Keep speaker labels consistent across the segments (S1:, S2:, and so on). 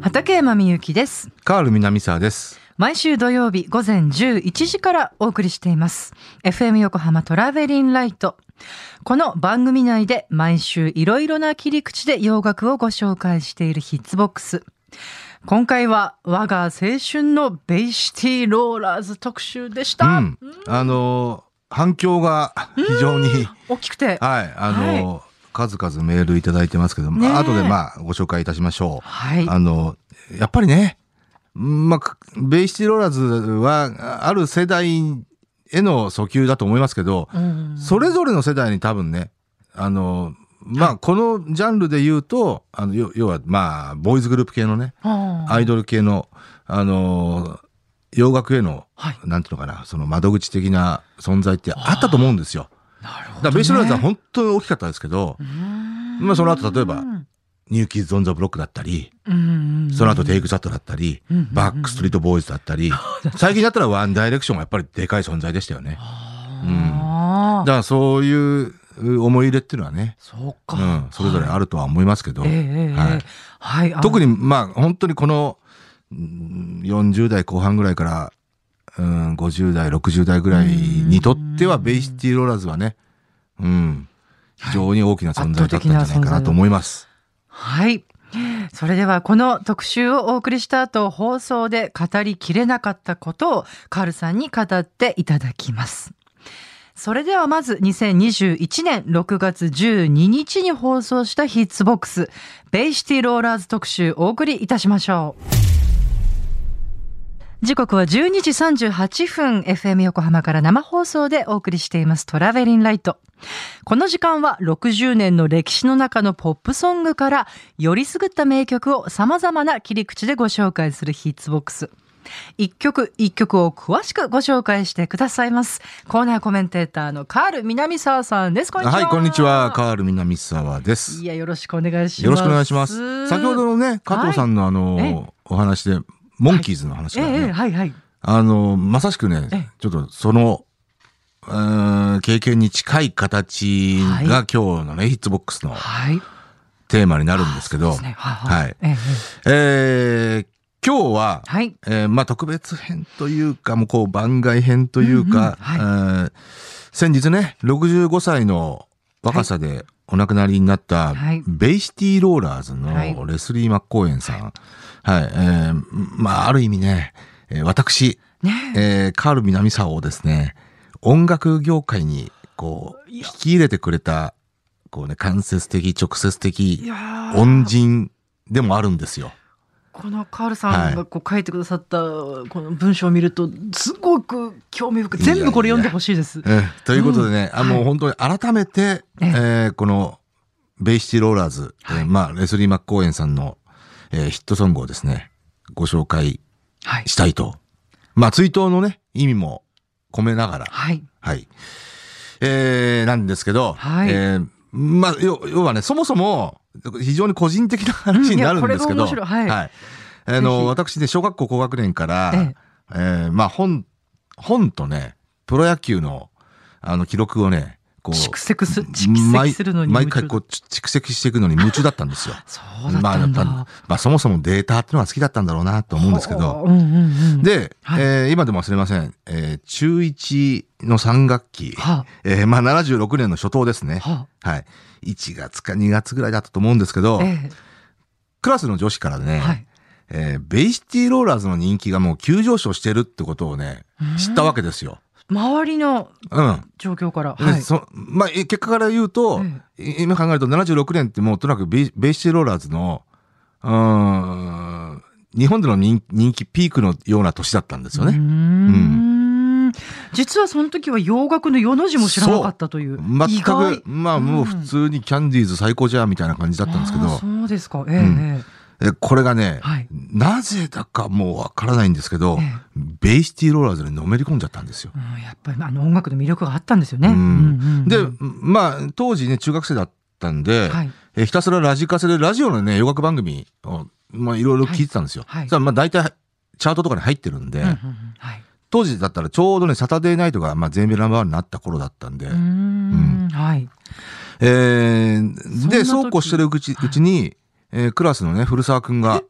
S1: 畠山みゆきです
S2: カール南沢です。
S1: 毎週土曜日午前11時からお送りしています。FM 横浜トラベリンライト。この番組内で毎週いろいろな切り口で洋楽をご紹介しているヒッツボックス。今回は我が青春のベイシティローラーズ特集でした。
S2: うん、あのー反響が非常に、
S1: 大きくて。
S2: はい、あのー数々メールいただいてますけども、
S1: ねえ
S2: 後でまあご紹介いたしましょう。
S1: はい。
S2: あのーやっぱりね、まあ、くベイシティローラーズはあある世代への訴求だと思いますけど、
S1: うん
S2: それぞれの世代に多分ね、あのーまあ、このジャンルで言うと、あの、要要は、まあ、ボーイズグループ系のね、
S1: あー
S2: アイドル系の、あのー洋楽への、
S1: はい
S2: なんていうのかな、その窓口的な存在ってあったと思うんですよ。
S1: なるほどね、
S2: だからベイシティローラーズは本当に大きかったですけど、
S1: うん
S2: まあその後例えば
S1: うん
S2: ニューキーズ・オン・ザ・ブロックだったり、
S1: うん
S2: その後テイク・ザットだったり、
S1: うん
S2: バック・ストリート・ボーイズだったり、最近だったらワン・ダイレクションがやっぱりでかい存在でしたよね。
S1: あー
S2: だからそういう思い入れっていうのはね、
S1: そう
S2: う
S1: か、
S2: ん、それぞれあるとは思いますけど、
S1: ええええ
S2: はい
S1: はい、あの
S2: 特にまあ本当にこのうん40代後半ぐらいから、うん、50代60代ぐらいにとっては
S1: うん
S2: ベイシティローラーズはね、うん、非常に大きな存在だったんじゃないかなと思います。
S1: はい。それではこの特集をお送りした後放送で語りきれなかったことをカールさんに語っていただきます。それではまず2021年6月12日に放送したヒッツボックスベイシティローラーズ特集お送りいたしましょう。時刻は12時38分 FM 横浜から生放送でお送りしていますトラベリンライト。この時間は60年の歴史の中のポップソングからよりすぐった名曲を様々な切り口でご紹介するヒッツボックス。一曲一曲を詳しくご紹介してくださいます。コーナーコメンテーターのカール南沢さんです。こんにちは。
S2: はい、こんにちは。カール南沢です
S1: い。や、よろしくお願いします。
S2: よろしくお願いします。先ほどのね、加藤さんのあの、お話で、モンキーズの話
S1: え
S2: から
S1: え、ええ
S2: ね、
S1: はいはい。
S2: あの、まさしく
S1: え
S2: ね
S1: え、
S2: ちょっとその、うーん経験に近い形が今日のね、ヒッツボックスの
S1: はい。
S2: テーマになるんですけど
S1: そう、ねはいは
S2: はいい。
S1: ええええ
S2: えー今日は、
S1: はい。
S2: えーまあ特別編というか、もうこう番外編というか、
S1: うんう
S2: えー先日ね、65歳の若さでお亡くなりになった、
S1: はい
S2: ベイシティローラーズ
S1: はい
S2: のレスリー・マッコーエンさん。はい、えーまあある意味ね、えー私、
S1: ねえ
S2: えーカール南沢をですね、音楽業界にこう、引き入れてくれた、こうね、間接的、直接
S1: い
S2: 的、
S1: やー
S2: 恩人でもあるんですよ。
S1: このカールさんがこう書いてくださったこの文章を見るとすごく興味深い
S2: いやいや
S1: 全部これ読んでほしいです。
S2: ええということでね、
S1: うん
S2: あ
S1: は
S2: も
S1: いう
S2: 本当に改めて、
S1: え
S2: え
S1: え
S2: ーこのベイシティローラーズ、
S1: はい
S2: えーまあ、レスリー・マッコーエンさんの、えーヒットソングをですね、ご紹介
S1: はい。
S2: したいと。まあ、追悼のね、意味も込めながら、
S1: はい。
S2: はい。えーなんですけど、
S1: はい
S2: えーまあ、要要はね、そもそも、非常に個人的な話になるんですけど、
S1: うんいやこれが面白いはい
S2: あ
S1: ぜひ
S2: の、私ね、小学校高学年から、
S1: ええ
S2: えーまあ、本、本とね、プロ野球の、あの、記録をね、こう、
S1: 蓄積す蓄積するのに
S2: 毎
S1: 夢
S2: 毎
S1: 中
S2: 回こう、蓄積していくのに夢中だったんですよ。
S1: そうだっ
S2: まあ、
S1: た
S2: やっ
S1: んだ。
S2: ぱまあ、そもそもデータっていうのは好きだったんだろうなと思うんですけど、
S1: うんうんうん。
S2: で、
S1: はい
S2: えー今でも忘れません。えー中1の3学期、
S1: は
S2: えーまあ76年の初頭ですね。
S1: は
S2: はい。1月か2月ぐらいだったと思うんですけど、
S1: え
S2: クラスの女子から
S1: え
S2: ね、
S1: はい。
S2: えーベイシティローラーズの人気がもう急上昇してるってことをね、知ったわけですよ。
S1: 周りの
S2: うん。
S1: 状況から。
S2: で
S1: はい。
S2: そまあ、え結果から言うと、い今考えると76年ってもうとにかくベイベイシティローラーズの、うーん、日本での人人気ピークのような年だったんですよね。
S1: うーん実はその時は洋楽の世の字も知らなかったという。意
S2: 全
S1: 外
S2: く、まあもう普通にキャンディーズ最高じゃんみたいな感じだったんですけ
S1: あ
S2: ど
S1: ー、そうですか。ええ
S2: んえこれがね、
S1: はい
S2: なぜだかもうわからないんですけど、
S1: え
S2: ベイシティローラーズにのめり込んじゃったんですよ。
S1: ええうんやっぱりあの音楽の魅力があったんですよね。
S2: う
S1: うんんうんうん
S2: で、まあ当時ね、中学生だったんで、
S1: はい。
S2: えひたすらラジカセでラジオのね、洋楽番組を、まあいろいろ聞いてたんですよ。
S1: はいはい
S2: そしたらまあ大体、チャートとかに入ってるんで、
S1: うんうんうんはい。
S2: 当時だったらちょうどね、サタデーナイトが、まあ、全米ナンバーワンになった頃だったんで、
S1: うーんはい。
S2: えー
S1: そんな
S2: で、
S1: 時
S2: そうこうしてるうちうちに、えークラスのね、古澤くんが、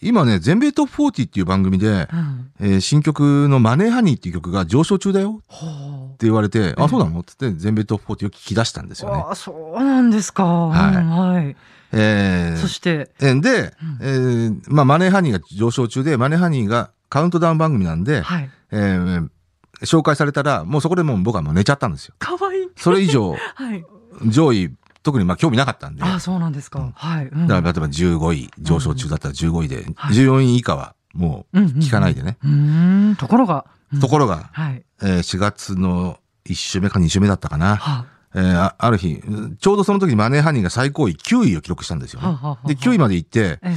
S2: 今ね、全米トップ40っていう番組で、
S1: うん
S2: えー新曲のマネーハニーっていう曲が上昇中だよ
S1: ほ
S2: って言われて、あ、そうなのって言って全米トップ40を聞き出したんです
S1: う
S2: よね。
S1: ああそうなんですか、はいはい
S2: えー
S1: そして、
S2: えーで、えーまあ、マネーハニーが上昇中で、マネーハニーがカウントダウン番組なんで、
S1: はい、
S2: えー紹介されたら、もうそこでもう僕はもう寝ちゃったんですよ。
S1: かわいい、
S2: それ以 上、
S1: はい、
S2: 上位、特にまあ興味なかったんで、
S1: あ
S2: だ
S1: あそうなんですか、
S2: うん
S1: はい、うん
S2: から例えば15位、上昇中だったら15位で、
S1: はい
S2: 14位以下はもう聞かないでね。
S1: うんうんうんところが、うん
S2: ところが、
S1: はい
S2: えー4月の1週目か2週目だったかな、
S1: は
S2: えーあある日、ちょうどその時にマネーハニーが最高位9位を記録したんですよ
S1: あはあ
S2: ね。
S1: はあはあ
S2: で、9位まで行って、
S1: ええ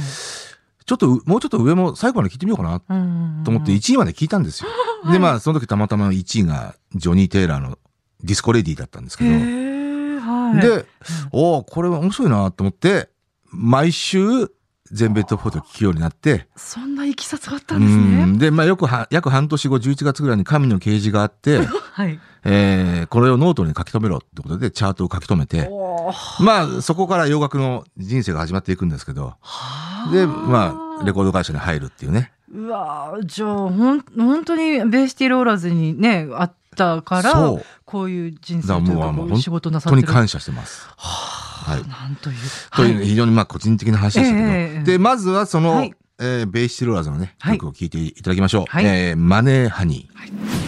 S2: ちょっとうもうちょっと上も最後まで聞いてみようかな
S1: うんうんうん
S2: と思って1位まで聞いた んですよ。で、まあ、その時たまたま1位がジョニー・テイラーのディスコレディだったんですけ
S1: へ
S2: ど、
S1: えはい
S2: で、おおこれは面白いなと思って、毎週、全米トップ4を聞くようになって、
S1: そんないきさつがあった
S2: うん
S1: ですね
S2: んで、まあ、よくは、約半年後、11月ぐらいに神の啓示があ って、
S1: はい
S2: えーこれをノートに書き留めろってことで、チャートを書き留めて、
S1: おー
S2: まあ、そこから洋楽の人生が始まっていくんですけど、
S1: はあ
S2: で、まあ、レコード会社に入るっていうね。
S1: うわあじゃあほん本当にベーシティローラーズにねあったから
S2: そう
S1: こういう人生
S2: だ
S1: と
S2: から
S1: いう
S2: もう
S1: か
S2: あの
S1: こういう仕事なさっ
S2: 本当
S1: て
S2: に
S1: る
S2: 感謝してます。
S1: はあ
S2: はい
S1: なんという
S2: という、
S1: はい
S2: 非常にまあ個人的な話でしたけど、
S1: ええ
S2: で、まずはその、
S1: はい
S2: えーベイシティローラーズのね、
S1: はい
S2: 曲を聴いていただきましょう。
S1: はい
S2: えーマネーハニー。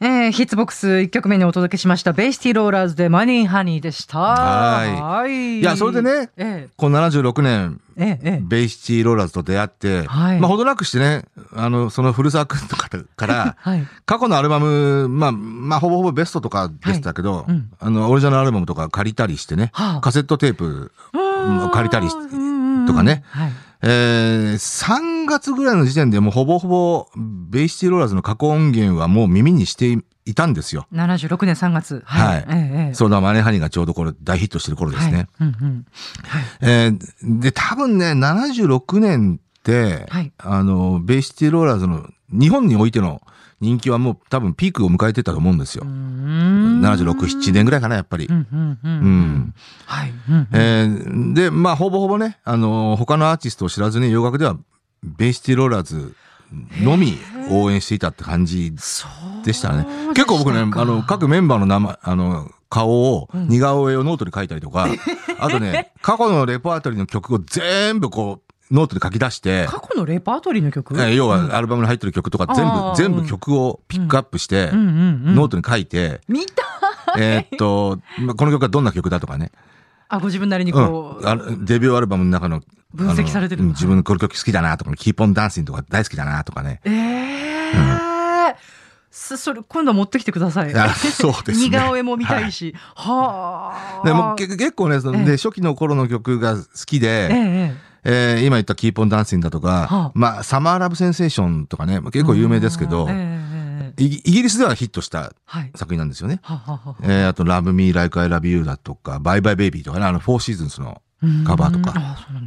S1: えーヒッツボックス1曲目にお届けしましたベイシティローラーズでマニーハニーでした
S2: はい
S1: い
S2: いや、それでね、
S1: え
S2: この76年、
S1: ええええ
S2: ベイシティローラーズと出会って、
S1: はい
S2: まあ、ほどなくしてね、あの、その古澤君とかから、
S1: えはい
S2: 過去のアルバム、まあ、まあ、ほぼほぼベストとかでしたけど、
S1: いうん
S2: あの、オリジナルアルバムとか借りたりしてね、
S1: はあ
S2: カセットテープ、
S1: うん
S2: 借りたりし
S1: うんうんうん
S2: とかね
S1: はい
S2: えー、3月ぐらいの時点でもうほぼほぼ、ベイシティローラーズの過去音源はもう耳にしていたんですよ。
S1: 76年3月
S2: はい
S1: ええええ
S2: そうだ、マネーハニーがちょうどこれ大ヒットしてる頃ですね。
S1: はいうんうん
S2: えーで、多分ね、76年って、
S1: はい
S2: あの、ベイシティローラーズの日本においての人気はもう多分ピークを迎えてたと思うんですよ。76、7年ぐらいかな、やっぱり。
S1: うんうんうんう
S2: うんん
S1: はいうんうん
S2: えーで、まあ、ほぼほぼね、あの、他のアーティストを知らずに洋楽では、ベイシティローラーズのみ応援していたって感じ
S1: そう
S2: でしたね。結構僕ね、
S1: でしたか
S2: あの、各メンバーの名前、あの、顔を、似顔絵をノートに書いたり とか、あとね、過去のレパートリーの曲を全部こう、ノートで書き出して、
S1: 過去のレパートリーの曲
S2: えー要はアルバムに入ってる曲とか全
S1: あー
S2: 部、全
S1: うん
S2: 部曲をピックアップして、
S1: うんうんうん
S2: ノートに書いて、
S1: 見た
S2: えーっと、まあこの曲はどんな曲だと かね、
S1: あご自分なりに
S2: う
S1: こ
S2: ん、
S1: う
S2: あのデビューアルバムの中の、
S1: 分析されてる
S2: あのうん自分のこの曲好きだなとか、キーポンダンシンとか大好きだなと かね。
S1: ええそそれ今度持ってきてください
S2: あそうですね。
S1: 似顔絵も見たいしはあ
S2: でもう結結構ね、その
S1: ええ
S2: で初期の頃の曲が好きで、
S1: ええ
S2: えー今言ったキーポンダンシンだとか、
S1: はあ
S2: まあ、サマーラブセンセーションとかね、まあ結構有名ですけど、
S1: うんええええ
S2: イギイギリスではヒットした
S1: はい
S2: 作品なんですよね。
S1: はあはあはあ
S2: えーあと、ラブミーライクアイラビユーだとか、バイバイベイビーとかね、あの、フォーシーズンズの。カバーとか
S1: うんあそうな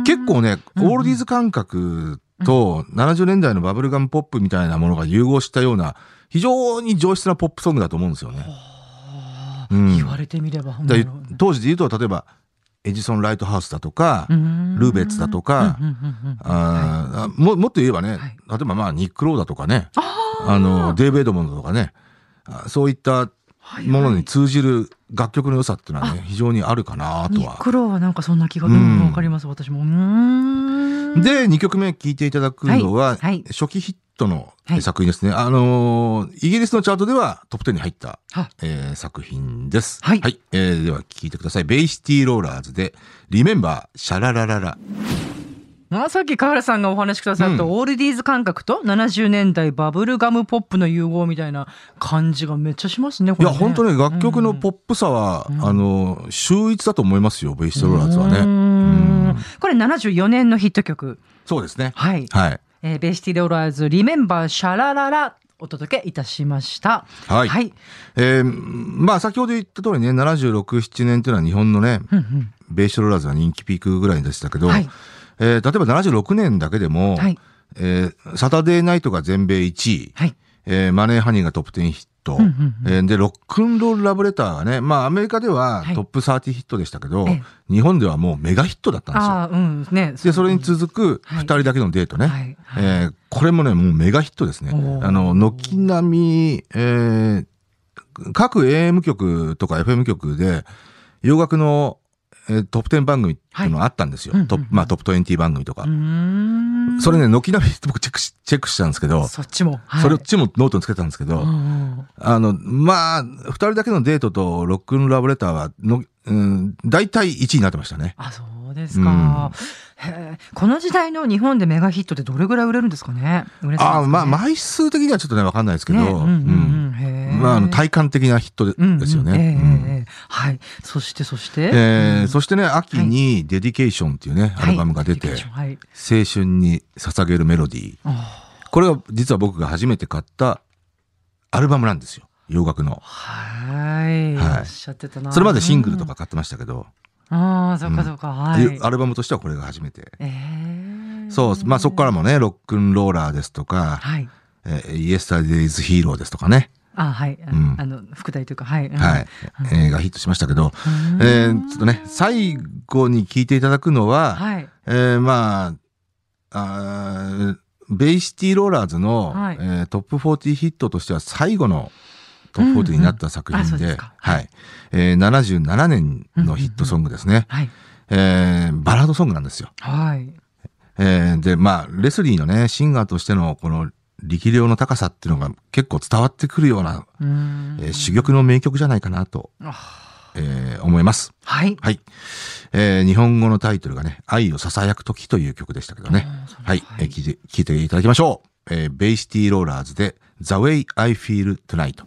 S1: んだ
S2: 結構ね、
S1: うん
S2: オールディーズ感覚と、70年代のバブルガムポップみたいなものが融合したような、非常に上質なポップソングだと思うんですよね。
S1: あー
S2: うん
S1: 言われてみれば、
S2: だ当時で言うと、例えば、エジソン・ライトハウスだとか、
S1: ル
S2: ルーベツだとかあーあももっと言えばね、
S1: はい
S2: 例えばまあニック・ローだとかねあのデーベイドモンドとかねあそういったものに通じる楽曲の良さっていうのはね非常にあるかなと
S1: ニ
S2: は
S1: ッ。クローはなんかそんな気が、う
S2: うん
S1: ん、わかります私もうーん
S2: で2曲目聴いていただくのは、
S1: はいはい
S2: 初期ヒットの
S1: はい
S2: 作品ですね、あのーイギリスのチャートではトップ10に入った、
S1: は
S2: えー作品です。
S1: はい
S2: えーでは聴いてください。ベイシティローラーズで「リメンバーシャララララ」。
S1: まあ、さっき河原さんがお話しくださった、
S2: うん
S1: オールディーズ感覚と70年代バブルガムポップの融合みたいな感じがめっちゃしますねこ
S2: い
S1: れ
S2: や、
S1: ね
S2: 本当ね、楽曲のポップさは、
S1: うん
S2: あの、秀逸だと思いますよ、ベイシティローラーズは
S1: うー
S2: ね。
S1: ん
S2: うん
S1: これ74年のヒット曲
S2: そうですね。
S1: はい、
S2: はい。
S1: えーベイシティローラーズリメンバーシャラララお届けいたしました
S2: はい。
S1: はい、
S2: えーまあ、先ほど言った通りね、76、7年というのは日本のね、
S1: うんうん
S2: ベイシティローラーズが人気ピークぐらいでしたけど、
S1: はい
S2: えー例えば76年だけでも、
S1: はい
S2: えーサタデーナイトが全米1位、
S1: はい
S2: えーマネーハニーがトップ10ヒット、
S1: うんうんうん
S2: えーで、ロックンロールラブレターがね、まあアメリカでは
S1: はい
S2: トップ30ヒットでしたけど、
S1: ええ
S2: 日本ではもうメガヒットだったんですよ。
S1: ああ、うん、ね。
S2: で、それに続く
S1: はい
S2: 二人だけのデートね。
S1: はいはい
S2: えーこれもね、もうメガヒットですね
S1: お。ー
S2: あの、軒並み、えー各 AM 局とか FM 局で、洋楽の、えートップ10番組っていうのがあったんですよ。
S1: はいうん
S2: トップ
S1: うん
S2: まあトップ20番組とか。
S1: うーん
S2: それね、軒並み僕チェックし、チェックしたんですけど、
S1: そっちも。はい
S2: それっちもノートにつけたんですけど、
S1: うんうん
S2: あの、まあ、二人だけのデートとロックンラブレターはの、うん、大体1位になってましたね。
S1: あ、そうですか。へえこの時代の日本でメガヒットでどれぐらい売れるんですかね。売れて
S2: あ
S1: たん
S2: あ、
S1: です
S2: ま
S1: か
S2: あ、
S1: ね
S2: 枚数的にはちょっとね、わかんないですけど、
S1: ねうんうんうんへ
S2: う
S1: え
S2: んまあ、あの体感的なヒットで
S1: うんうん
S2: ですよね。
S1: ええ
S2: うん
S1: ええええはい。そして、そして。
S2: え
S1: う
S2: ー
S1: ん
S2: そしてね、秋にデディケーションっていうね、アルバムが出て、
S1: はいはい
S2: 青春に捧げるメロディー。
S1: あ
S2: これが実は僕が初めて買ったアルバムなんですよ。洋楽の
S1: ー。はい。
S2: はい
S1: おっしゃってたな。
S2: それまでシングルとか買ってましたけど、
S1: ああ、そっかそっか。はい。
S2: いうアルバムとしてはこれが初めて。
S1: ええ
S2: そう、まあそこからもね、ロックンローラーですとか、
S1: はい。
S2: えー、イエスタデイズヒーローですとかね、
S1: あはい。あ
S2: うん
S1: あの、副題というか、はい。うん
S2: はい、映画ヒットしましたけど、
S1: うん
S2: えーちょっとね、最後に聞いていただくのは、
S1: はい。
S2: えーまあ、あーベイシティローラーズの、
S1: はい
S2: えートップ40ヒットとしては最後のトップ40になった作
S1: うんうんあそう
S2: 品で、
S1: ですか
S2: はい、えー77年のヒットソングですね。
S1: はい。
S2: えーバラードソングなんですよ。
S1: はい。
S2: えーで、まあ、レスリーのね、シンガーとしてのこの力量の高さっていうのが結構伝わってくるような、
S1: うん
S2: えー珠玉の名曲じゃないかなと、
S1: あ
S2: えー思います。
S1: はい。
S2: はい。えー日本語のタイトルがね、愛を囁く時という曲でしたけどね
S1: あーそう。
S2: はい、
S1: はい
S2: えー聞いて、聞いていただきましょう。えーベイシティローラーズで、The Way I Feel Tonight。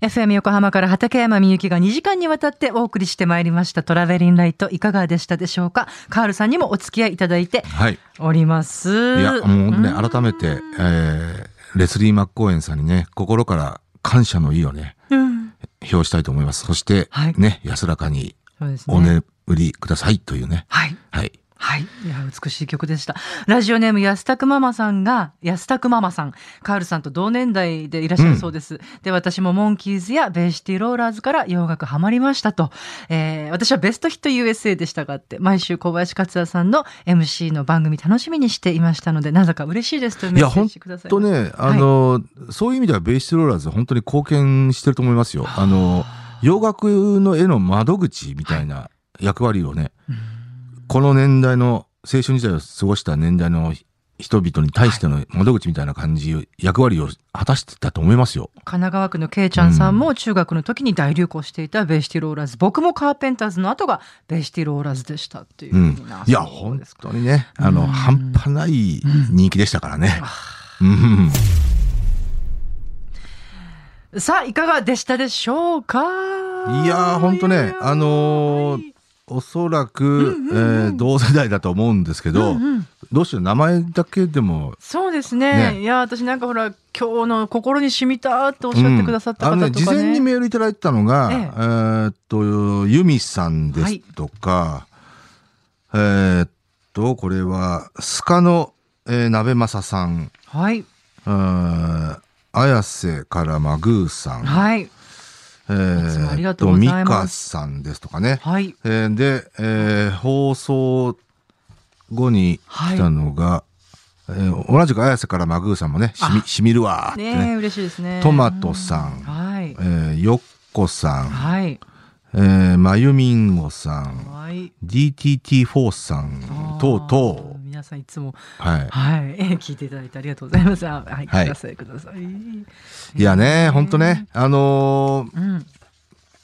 S1: FM 横浜から畠山みゆきが2時間にわたってお送りしてまいりましたトラベリンライトいかがでしたでしょうかカールさんにもお付き合いいただいて
S2: はい。
S1: おります。
S2: いや、もうね、
S1: ん
S2: 改めて、えーレスリー・マッコーエンさんにね、心から感謝の意をね、
S1: うん
S2: 表したいと思います。そして、
S1: はい
S2: ね、安らかに
S1: そうです
S2: お
S1: ね。
S2: 眠りくださいというね。
S1: はい。
S2: はい。
S1: はい。いや、美しい曲でした。ラジオネーム、安拓ママさんが、安拓ママさん、カールさんと同年代でいらっしゃるそうです。で、私もモンキーズやベイシティローラーズから洋楽ハマりましたと。えー私はベストヒット USA でしたがって、毎週小林克也さんの MC の番組楽しみにしていましたので、なぜか嬉しいですという
S2: い
S1: メ
S2: や、
S1: ッセー
S2: 本
S1: ジください。
S2: 当ね、あの、そういう意味ではベイシティローラーズは本当に貢献してると思いますよ。あの、洋楽の絵の窓口みたいな役割をね、この年代の青春時代を過ごした年代の人々に対しての窓口みたいな感じ、役割を果たしてたと思いますよ。
S1: 神奈川区のけいちゃんさんも中学の時に大流行していたベイシティローラーズ、僕もカーペンターズの後がベイシティローラーズでしたっていう
S2: う
S1: ふ
S2: ん
S1: うな。
S2: いや、
S1: そう
S2: 本
S1: ですか
S2: 当にね、あ
S1: うん
S2: の、半端ない人気でしたからね。うん
S1: さあ、いかがでしたでしょうか
S2: いやー、本当ね、あのーおそらく、えー同世代だと思うんですけど、どうしよう、名前だけでも、
S1: そうですね。
S2: ね
S1: いやー、私なんかほら、今日の心に染みたっておっしゃってくださった
S2: う
S1: 方
S2: んあの
S1: とかね。
S2: ね、事前にメールいただいてたのが、
S1: え
S2: え
S1: え
S2: ーっと、ユミさんですとか、えーっと、これは、スカの、えー、鍋正さん、
S1: はい。
S2: あ綾瀬からマグーさん、
S1: はい。
S2: え
S1: いつもあり
S2: ー
S1: が
S2: っ
S1: とうござ
S2: と、
S1: い
S2: ミ
S1: ます
S2: カさんですとかね、
S1: はい。
S2: えーで、えー放送後に来たのが、えー同じく綾瀬からマグーさんもね、しみ
S1: あ
S2: しみるわーって
S1: ね
S2: ね
S1: え、嬉しいですね。
S2: トマトさん
S1: うはい
S2: え。ーよっこさん、
S1: はい。
S2: えーまゆみんごさん、
S1: はい。
S2: DTT4 さ
S1: あ
S2: ん
S1: ー、
S2: とうと
S1: 皆さんいつも、
S2: う、はい。
S1: はい。 えー聞いていただいてありがとうございます。あはい。く
S2: はい
S1: ださい、ください。
S2: いやね、ほんとね、あのー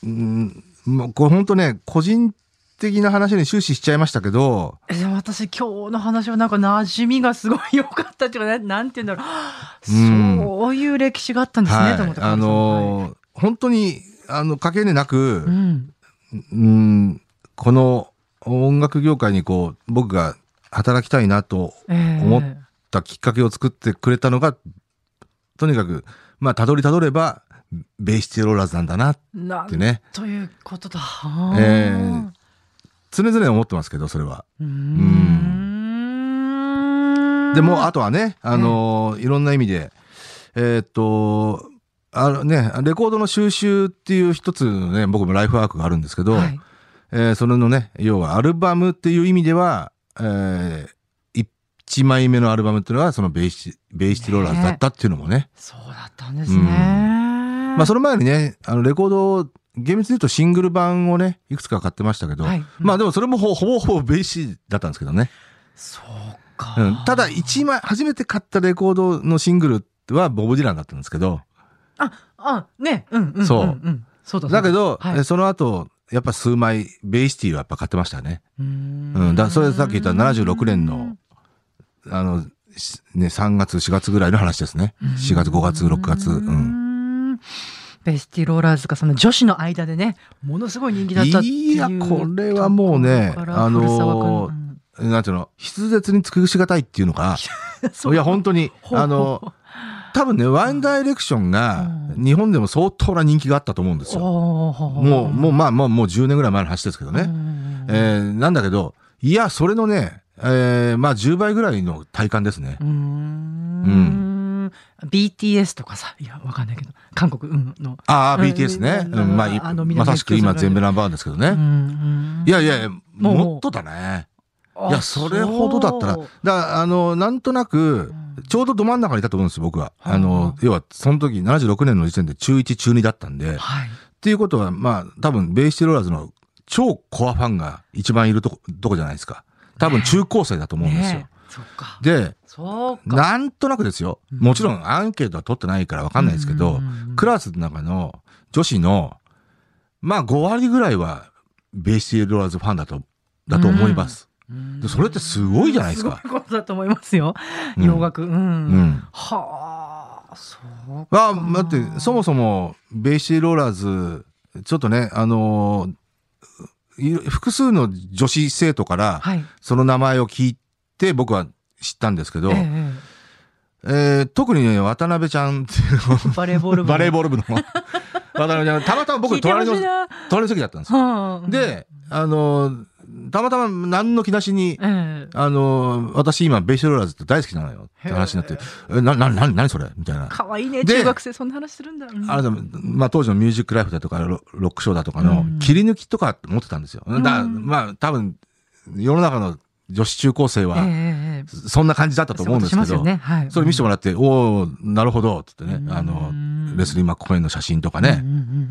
S1: うん。
S2: うん、もうこれほんとね、個人的な話に終始しちゃいましたけど、
S1: えでも私今日の話はなんか馴染みがすごい良かったっていうか ななんて言うんだろう、
S2: うん
S1: そういう歴史があったんですね、と思って
S2: あ
S1: はい
S2: のー本当に、あの、かけねなく
S1: う、ん
S2: うん、この音楽業界にこう、僕が働きたいなと
S1: ええ
S2: 思ったきっかけを作ってくれたのが、とにかく、まあ、たどりたどれば、ベイシティローラーズなんだなっ
S1: なん
S2: てね、
S1: ということだ、
S2: えー常々思ってますけど、それは。
S1: うーん
S2: でもう、あとはね、あのーいろんな意味で、えーっと、あのね、レコードの収集っていう一つのね、僕もライフワークがあるんですけど、
S1: はい
S2: えーそれのね、要はアルバムっていう意味では、えー、1枚目のアルバムっていうのは、そのベイシ、ベイシティローラーズだったっていうのもね。
S1: そうだったんですね。ま
S2: まあ、その前にね、あの、レコードを、厳密に言うとシングル版をね、いくつか買ってましたけど、
S1: はい
S2: まあでもそれもほほぼほぼベイシーだったんですけどね。
S1: そうか、
S2: うん、ただ一枚、初めて買ったレコードのシングルはボブ・ディランだったんですけど、
S1: あねうんうんうんうん
S2: そう
S1: そうだそう
S2: だけど、
S1: はい
S2: えその後、やっぱ数枚、ベイシティはやっぱ買ってましたね。
S1: うーん
S2: うんだそれさっき言った76年のあの、しね、3月、4月ぐらいの話ですね。4月、5月、6月。う
S1: うー
S2: ん。
S1: んベスティローラーズがその女子の間でねものすごい人気だったっていう
S2: いやこれはもうね
S1: ところから
S2: あのー
S1: 古澤君
S2: なんていうの、筆舌に尽くしがたいっていうのか、
S1: そう
S2: いや、本当に、
S1: ほう
S2: あの、多分ね、ワンダイレクションが、日本でも相当な人気があったと思うんですよ。
S1: おー
S2: もう、もう、まあ、もう、もう10年ぐらい前の話ですけど
S1: う
S2: ね。
S1: ん
S2: えーなんだけど、いや、それのね、えーまあ、10倍ぐらいの体感ですね
S1: う。ーん BTS とかさいやわかんないけど韓国うんの
S2: ああ、
S1: うん
S2: BTS ね。
S1: うん
S2: うんま
S1: あ
S2: あ、
S1: の
S2: まさしく今
S1: 南アフリカ
S2: 全米ナンバーワンですけど
S1: う
S2: ね。
S1: んうん
S2: いやいやいや、
S1: もう
S2: もっとだね。
S1: あ
S2: いや、それほどだったら、だ
S1: そ
S2: か
S1: う
S2: ら、あの、なんとなく
S1: うん、
S2: ちょうどど真ん中にいたと思うんですよ、僕は。
S1: はい
S2: あの、要は、その時、76年の時点で中1、中2だったんで、っ
S1: はい
S2: ていうことは、まあ、多分、ベイシティローラーズの超コアファンが一番いるとこ、とこじゃないですか。多分、中高生だと思うんですよ
S1: ね。えそっか
S2: で、
S1: そうか
S2: なんとなくですよ。
S1: うん
S2: もちろん、アンケートは取ってないからわかんないですけど
S1: うんうんうん、
S2: クラスの中の女子の、まあ、5割ぐらいは、ベイシティローラーズファンだと、だと思います。
S1: うん
S2: でそれってすごいじゃないですか
S1: すごいことだと思いますよ。
S2: うん
S1: 洋楽。うん。
S2: うん
S1: はあ、そうか。
S2: まあ、だって、そもそも、ベイシーローラーズ、ちょっとね、あのーい複数の女子生徒から、
S1: はい。
S2: その名前を聞いて、僕は知ったんですけど、
S1: え
S2: え
S1: え
S2: ー特にね、渡辺ちゃんっていう
S1: バレーボール
S2: の、
S1: 部。
S2: バレーボール部の、渡辺ちゃん、たまたま
S1: 聞
S2: 僕、
S1: いてほ
S2: 隣の
S1: しい、な
S2: 隣の席だったんですよ。
S1: はあ、
S2: で、あのーたまたま何の気なしに、
S1: ええ
S2: あのー私今、ベイシーローラーズって大好きなのよって話になって、え、な、な、な、何それみたいな。
S1: 可愛いね、
S2: で
S1: 中学生、そんな話するんだ。うん
S2: あれだもんまあ当時のミュージックライフだとかロロックショーだとかの
S1: うん
S2: 切り抜きとか持ってたんですよ。だから
S1: うん
S2: まあ多分世の中の女子中高生
S1: ええ
S2: は
S1: ええ
S2: そんな感じだったと思うんですけど、
S1: そういうことしますよね。はい。
S2: それ見せてもらって、おおなるほどって言ってね、あ
S1: う
S2: の
S1: ん、
S2: レスリー・マック・コメンの写真とか
S1: うん
S2: ね。
S1: うんうん。う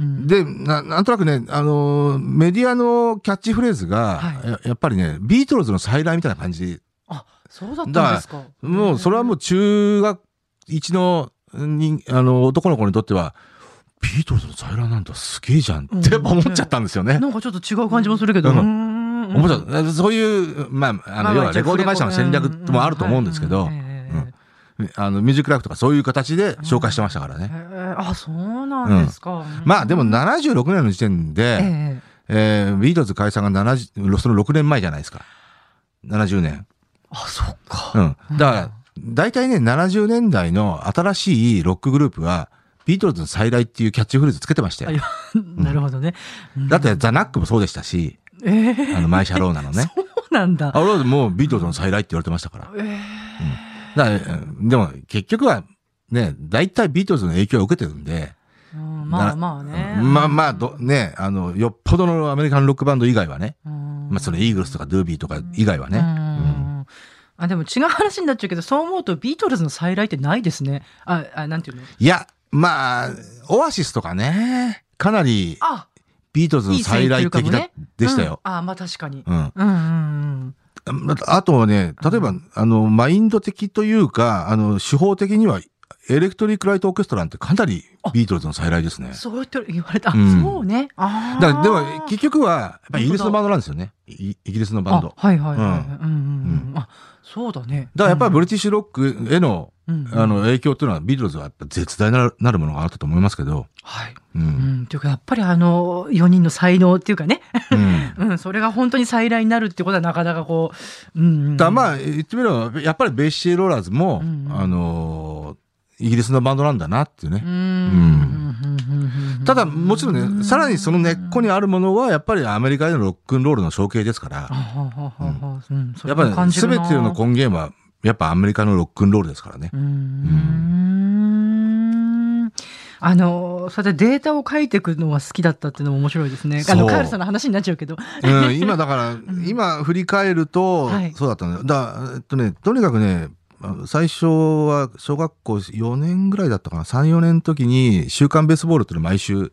S1: ん
S2: でな、なんとなくね、あの、メディアのキャッチフレーズが、
S1: はい
S2: ややっぱりね、ビートルズの再来みたいな感じ
S1: あ、そうだったんですか。
S2: もう、それはもう中学一の人、あの、男の子にとっては、ビートルズの在来なんだすげえじゃん
S1: うん
S2: ってやっぱ思っちゃったんですよね。
S1: なんかちょっと違う感じもするけど。
S2: うん
S1: ん
S2: 思っちゃった。そういう、まあ、あの、要はレコード会社の戦略もあると思うんですけど、うんあの、ミュージックライフとかそういう形で紹介してましたからね。
S1: あ、そうなんですか。
S2: まあ、でも
S1: な、
S2: 76年の時点で、
S1: ええ
S2: えービートルズ解散が70その6年前じゃないですか。70年。
S1: あ、そっか。
S2: うん。だから、大体ね、70年代の新しいロックグループは、ビートルズの再来っていうキャッチフレーズつけてました
S1: あい
S2: よ。
S1: やなるほどね。
S2: だって、ザ・ナックもそうでしたし、
S1: ええ
S2: あの、マイ・シャローナのね。
S1: そうなんだ。
S2: あ、俺はもうビートルズの再来って言われてましたから。
S1: ええ
S2: だからうんでも、結局は、ね、大体ビートルズの影響を受けてるんで、
S1: うんまあまあね。
S2: うんまあまあ、ど、ね、あの、よっぽどのアメリカンロックバンド以外はね、
S1: うん
S2: まあ、そのイーグルスとかドゥービーとか以外はね、
S1: う
S2: うん
S1: んあ、でも違う話になっちゃうけど、そう思うとビートルズの再来ってないですね。あ、あなんていうの
S2: いや、まあ、オアシスとかね、かなり、
S1: あ、
S2: ビートルズの再来的だ、でしたよ。
S1: うんあ、まあ確かに。
S2: うん。
S1: うんうん
S2: あとはね、例えば、あの、マインド的というか、あの、手法的には、エレクトリック・ライト・オーケストラってかなりビートルズの再来です
S1: う
S2: ね
S1: ん。。そう言って言われた。あ
S2: うん
S1: そうね。ああ。
S2: だから、でも、結局は、やっぱイギリスのバンドなんですよね。イイギリスのバンド。だ
S1: あはいはいはい。うんうんう。
S2: うん
S1: あ、そうだね。
S2: からやっぱりブリティッシュロックへの、
S1: うん
S2: あの、影響っていうのは、ビートルズはやっぱ絶大なるなるものがあったと思いますけど。
S1: はい。
S2: う。
S1: うんん、というかやっぱりあの4人の才能っていうかね、
S2: うん。
S1: うん、それが本当に再来になるってことはなかなかこう、うん、
S2: だからま
S1: あ、
S2: あ、言ってみれば、やっぱりベイシー・ローラーズも、
S1: うん
S2: あのー、イギリスのバンドなんだなっていうね。
S1: うん
S2: ただ、もちろんね、さらにその根っこ
S1: に、
S2: にあるものは、やっぱりアメリカへのロックンロールの象形ですから
S1: あ、ははははうん、そ
S2: や
S1: れ
S2: っ
S1: も
S2: ぱ
S1: 感
S2: り
S1: じる
S2: 全
S1: な
S2: ての根源は、やっぱアメリカのロックンロールですからね
S1: う。んあのそれでデータを書いていくのは好きだったっていうのも面白いですねあの
S2: そう
S1: カールさんの話になっちゃうけど
S2: うん、今だから、今振り返ると、
S1: はい
S2: そうだったんだよ。だ、えっとね、とにかくね、あの最初は小学校4年ぐらいだったかな、3、4年の時に、週刊ベースボールっていうのを毎週、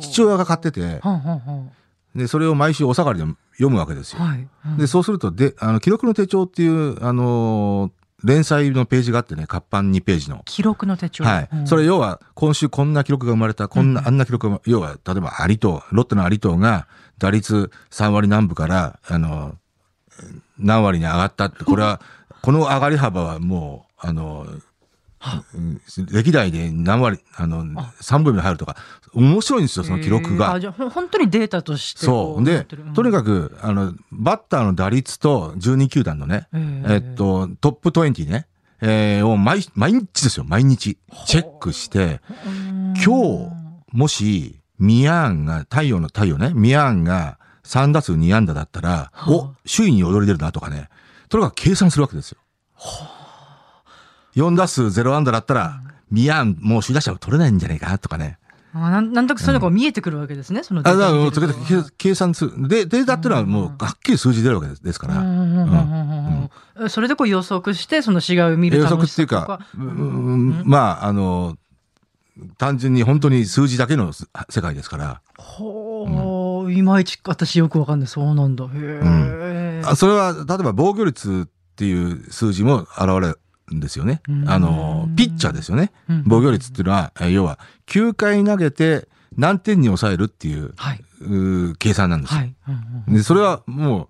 S2: 父親が買ってて、
S1: はんはんはん
S2: で、それを毎週お下がりで読むわけですよ。
S1: はいうん
S2: で、そうすると、で、あの、記録の手帳っていう、あのー連載のページがあってね、活版2ページの。
S1: 記録の手帳
S2: はい。
S1: うん
S2: それ要は、今週こんな記録が生まれた、こんな、あんな記録が、要は、例えば、有藤、ロッテの有藤が、打率3割南部から、あの、何割に上がったって、これは、この上がり幅はもう、あの、うん歴代で何割、あの、3分目に入るとか、面白いんですよ、その記録
S1: えー
S2: が
S1: あ。じゃあほん本当にデータとしてこ
S2: そう。
S1: な
S2: で
S1: ってる、
S2: とに
S1: か
S2: かく、あの、バッターの打率と12球団のね、
S1: えー
S2: えっと、トップ20ね、えーを毎毎日ですよ、毎日。チェックして、
S1: 今
S2: 今日、もし、ミアーンが、太陽の太陽ね、ミアーンが3打数2安打だったら、
S1: はあ
S2: お、周囲に躍り出るなとかね、とにかく計算するわけですよ。4打数0安打だったら、ミアーンもう首位打者を取れないんじゃないかとかね。
S1: あなんなんとなくそういうのが見えてくるわけですね、そのデ
S2: あ
S1: ー
S2: だ
S1: タ
S2: からも
S1: を見
S2: う
S1: て
S2: 時
S1: る
S2: 々計計算する。で、データってのはもうはっきり数字出るわけですですか
S1: う
S2: ら。
S1: んうんうんうんうんうんそれでこう予測してその死骸を見る
S2: 予
S1: 楽
S2: 測っ
S1: して
S2: い
S1: さ
S2: う
S1: と
S2: か、うんまあ、あの、単純に本当に数字だけのす世界ですから、
S1: ほう、いまいち私よくわかんないそうなんだへえ、
S2: あそれは、例えば防御率っていう数字も現れるんですよね
S1: うん。
S2: あの、ピッチャーですよね。
S1: うん
S2: 防御率っていうのは、え要は、9回投げて何点に抑えるっていう
S1: はいう
S2: ー計算なんですよ
S1: は。い、うんうん
S2: で、それはもう、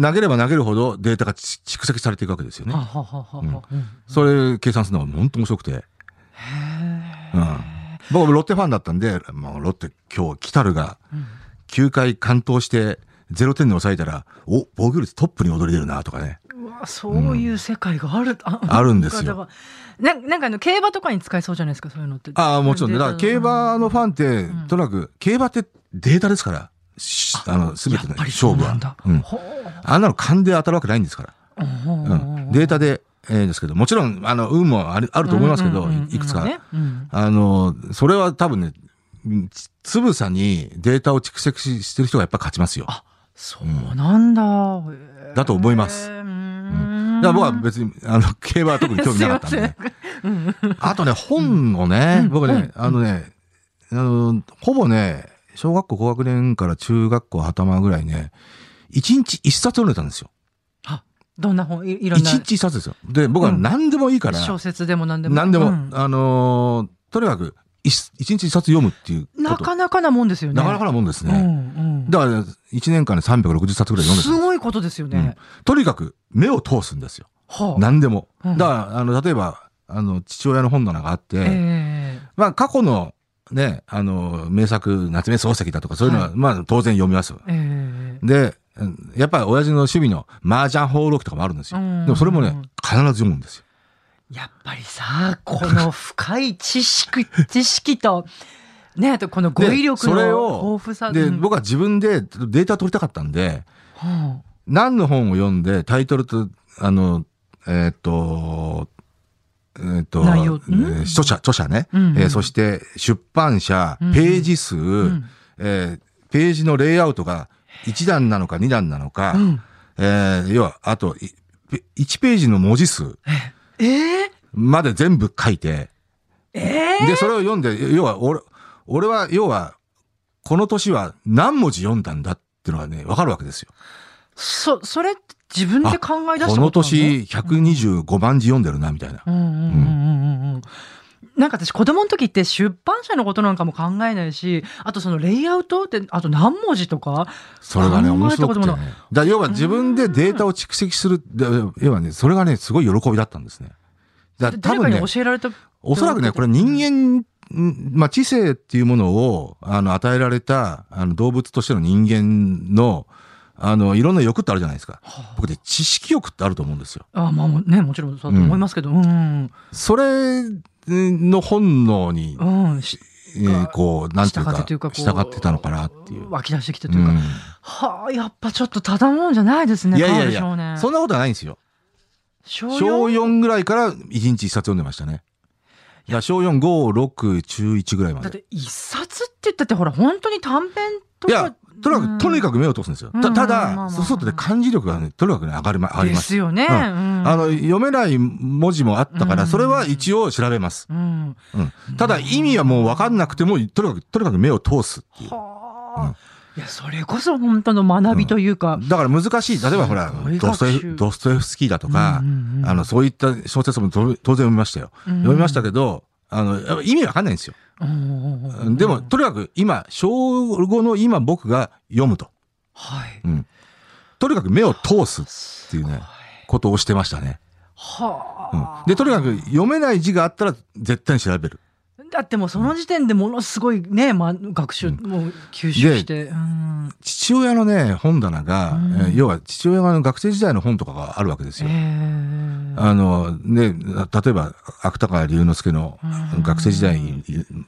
S2: 投げれば投げるほどデータがち蓄積されていくわけですよね
S1: は。はははは、うん
S2: それ計算するのが本当面白くて。うん、僕ロッテファンだったんで、もうロッテ今日、キタルが9回完投して0点に抑えたら、お、防御率トップに躍り出るなとかね。
S1: うわそういう世界がある、あ
S2: あるんですよ
S1: だからななんかあの競馬とかに使えそうじゃないですかそういうのって
S2: ああ、もちろんね。だから競馬のファンって
S1: ん、
S2: とにかく、競馬ってデータですから、しあの、すべての
S1: やっぱりそ
S2: 勝
S1: う
S2: 負
S1: な
S2: は
S1: んだ。
S2: うん
S1: ほ
S2: あんなの勘で当たるわけないんですから。
S1: ううん
S2: う
S1: うん
S2: ん。データで、えーですけど、もちろん、あの、運もあるあると思いますけ
S1: う
S2: ど
S1: んうんうんう、ん
S2: いくつか。
S1: ねうん
S2: あの、それは多分ね、うんつつぶさにデータを蓄積ししてる人がやっぱ勝ちますよ。
S1: そうなんだ。へえ
S2: だと思います
S1: うーん
S2: だから僕は別に、あの、競馬は特に興味なかったんで、ね。あとね、本をね、僕ね、あのね、あの、ほぼね、小学校高学年から中学校頭ぐらいね、一日一冊読んでたんですよ。
S1: あどんな本いいろん
S2: 一
S1: な
S2: 日一冊ですよ。で、僕は
S1: うん
S2: 何でもいいから、
S1: 小説でも何でも
S2: 何でも、
S1: うん
S2: あのーとにかく、一一日一冊読むっていうこと。
S1: なかなかなもんですよね。
S2: なかなかなもんです
S1: う
S2: ね。
S1: んうん
S2: だから、一年間で360冊ぐらい読んですたんで
S1: ごいことですよ
S2: すよ
S1: ね。
S2: うんとにかく、目を通すんですよ。
S1: はあ
S2: 何でも。
S1: う
S2: だ
S1: ん
S2: から、あの、例えば、あの、父親の本棚があって、
S1: え
S2: まあ、過去のね、あの、名作、夏目漱石だとか、そういうのは、
S1: は
S2: まあ、当然読みます。
S1: ええ
S2: で、うんやっぱり親父の趣味の麻雀放録とかもあるんですよ。
S1: う
S2: で
S1: ん
S2: もそれもね、必ず読むんですよ。
S1: えやっぱりさこの深い知 識知識とねあとこの語彙力
S2: でそれ
S1: の
S2: を
S1: 豊富さ
S2: で、
S1: うん
S2: 僕は自分でデータ取りたかったんで、
S1: は
S2: 何の本を読んで、タイトルと、あの、えーっと、えーっと、
S1: 内容
S2: えー
S1: うん
S2: 著者、著者ね、
S1: うんうん
S2: えーそして出版社、
S1: うんうん
S2: ページ数、
S1: ん
S2: えーページのレイアウトが1段なのか2段なのか、
S1: あうん
S2: えー要は、あと、いペ1ページの文字数
S1: ええ
S2: まで全部書いて、
S1: ええ
S2: で、それを読んで、要は、俺、俺は、要は、この年は何文字読んだんだっていうのがね、わかるわけですよ。
S1: そそれって自分で考え出した
S2: こ
S1: ことな
S2: の年125万字読んでるな、みたいな。
S1: うんうんうんうんうんうんなんか私子供の時って出版社のことなんかも考えないしあとそのレイアウトってあと何文字とか
S2: それがね、
S1: 考え
S2: 面
S1: た
S2: 白
S1: こ
S2: く
S1: と
S2: て、
S1: も
S2: ね。
S1: な
S2: だから要は自分でデータを蓄積する、で要はね、それがね、すごい喜びだったんですね。だから多
S1: 誰か
S2: 分ね
S1: に、教えられた
S2: おそらくね、これ人間、んまあ、知性っていうものを、あの、与えられた、あの、動物としての人間の、あの、いろんな欲ってあるじゃないですか。僕で知識欲ってあると思うんですよ。
S1: あまあもうねもちろんそうだと思いますけどうんうん
S2: それの本能に、
S1: うん、うんし
S2: えーこう、なんていう
S1: 従っ
S2: か
S1: てというか、こう
S2: 従ってたのかなっていう。
S1: 湧き出してきたというか、
S2: うん
S1: はあやっぱちょっとただもんじゃないですね
S2: いやいやい
S1: カール少年
S2: や、そんなことはないんですよ。
S1: 小
S2: 小
S1: 四
S2: 4ぐらいから一日一冊読んでましたね。ら小4、5、6、中1ぐらいま
S1: だっ
S2: で。
S1: て一冊って言ったってほら本当に短編と
S2: い
S1: か
S2: や、と
S1: う
S2: にか
S1: ん
S2: く、とにかく目を通すんですよ。
S1: うん
S2: た
S1: まあ
S2: た
S1: まあまあ
S2: だ、そうするとね、漢字力がね、とにかくね、上がりま、上がり
S1: で
S2: ます。
S1: すよね。
S2: うん
S1: うん
S2: あの、読めない文字もあったか
S1: うん
S2: ら、それは一応調べます。
S1: うん
S2: うんただ、意味はもう分かんなくても、とにかく、とにかく目を通すっていう。
S1: はあ、いやそれこそ本当の学びというか、
S2: だから難しい。例えばほら
S1: すごい、
S2: ドストエ
S1: 学習
S2: フドストエフスキーだとか
S1: うん、うんうん
S2: あの、そういった小説もと当然読みましたよ。
S1: うん
S2: 読みましたけど、あの、やっぱ意味わかんないんですよ。
S1: うんうんうん
S2: でも、とにかく今、小5の今僕が読むと。
S1: はい
S2: うん。とにかく目を通すっていう
S1: はい
S2: ね、ことをしてましたね。
S1: は
S2: うん
S1: あ、
S2: で、とにかく読めない字があったら絶対に調べる。
S1: だってもうその時点でものすごいね、まあ、学習
S2: うん
S1: もう吸収して、うん
S2: 父親のね、本棚が、
S1: うん
S2: えー要は父親があの学生時代の本とかがあるわけですよ。
S1: ええ
S2: あの、ね、例えば、芥川龍之介の
S1: うん
S2: 学生時代に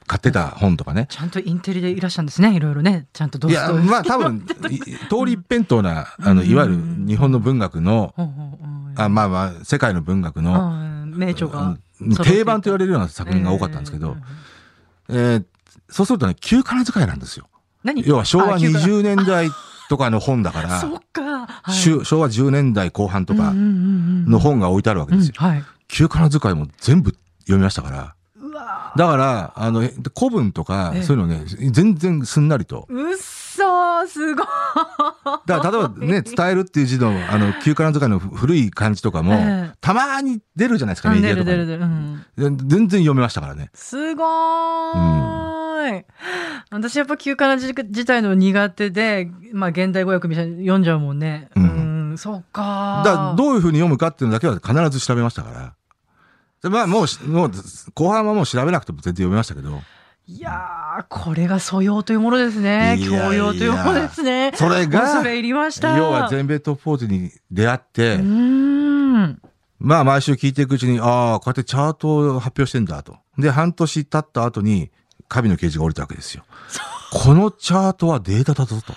S2: 買ってた本とかね。
S1: ちゃんとインテリでいらっしゃるんですねいろいろねちゃんとどう
S2: い
S1: ぞ
S2: や、まあ多分、い通り一辺倒な、あの、
S1: うん
S2: いわゆる日本の文学の、
S1: ほうほうほう
S2: あまあまあ、世界の文学の、
S1: うん名著が
S2: うん定番と言われるような作品が多かったんですけど、えーそうするとね、旧仮名遣いなんですよ。
S1: 何
S2: 要は昭和
S1: あ旧仮
S2: 20年代とかの本だか
S1: 名そっ
S2: ら、
S1: か、はい
S2: 昭昭和10年代後半とか
S1: うんうんうんうん
S2: の本が置いてあるわけですよ。
S1: うんはい
S2: 旧仮名遣いも全部読みましたから。
S1: うわ
S2: だから、あの、古文とか
S1: ええ、
S2: そういうのね、全然すんなりと。
S1: うっそーすごい、
S2: だから、例えばね、伝えるっていう字の、あの、旧仮名遣いの古い漢字とかも
S1: ええ、
S2: たまに出るじゃないですか、メディ
S1: 出
S2: ア
S1: る
S2: とか
S1: 出る
S2: に。
S1: 出る、うん
S2: 全然読めましたからね。
S1: すごーい、私やっぱ休暇な時自体の苦手で、まあ、現代語訳みたいに読んじゃうもんね。う、
S2: うん
S1: そうか
S2: だ
S1: ー。
S2: からどういうふうに読むかっていうのだけは必ず調べましたから。でまあもうし、もう、後半はもう調べなくても全然読めましたけど、
S1: いやー、これが素養というものですね。
S2: いやいや
S1: 教養というものですね。
S2: それが
S1: 恐れ入りました。
S2: 要は全米トップ40に出会って
S1: う、ーん。
S2: まあ毎週聞いていくうちに、ああ、こうやってチャートを発表してんだと。で、半年経った後に、神の啓示が降りたわけですよ。このチャートはデータだぞと。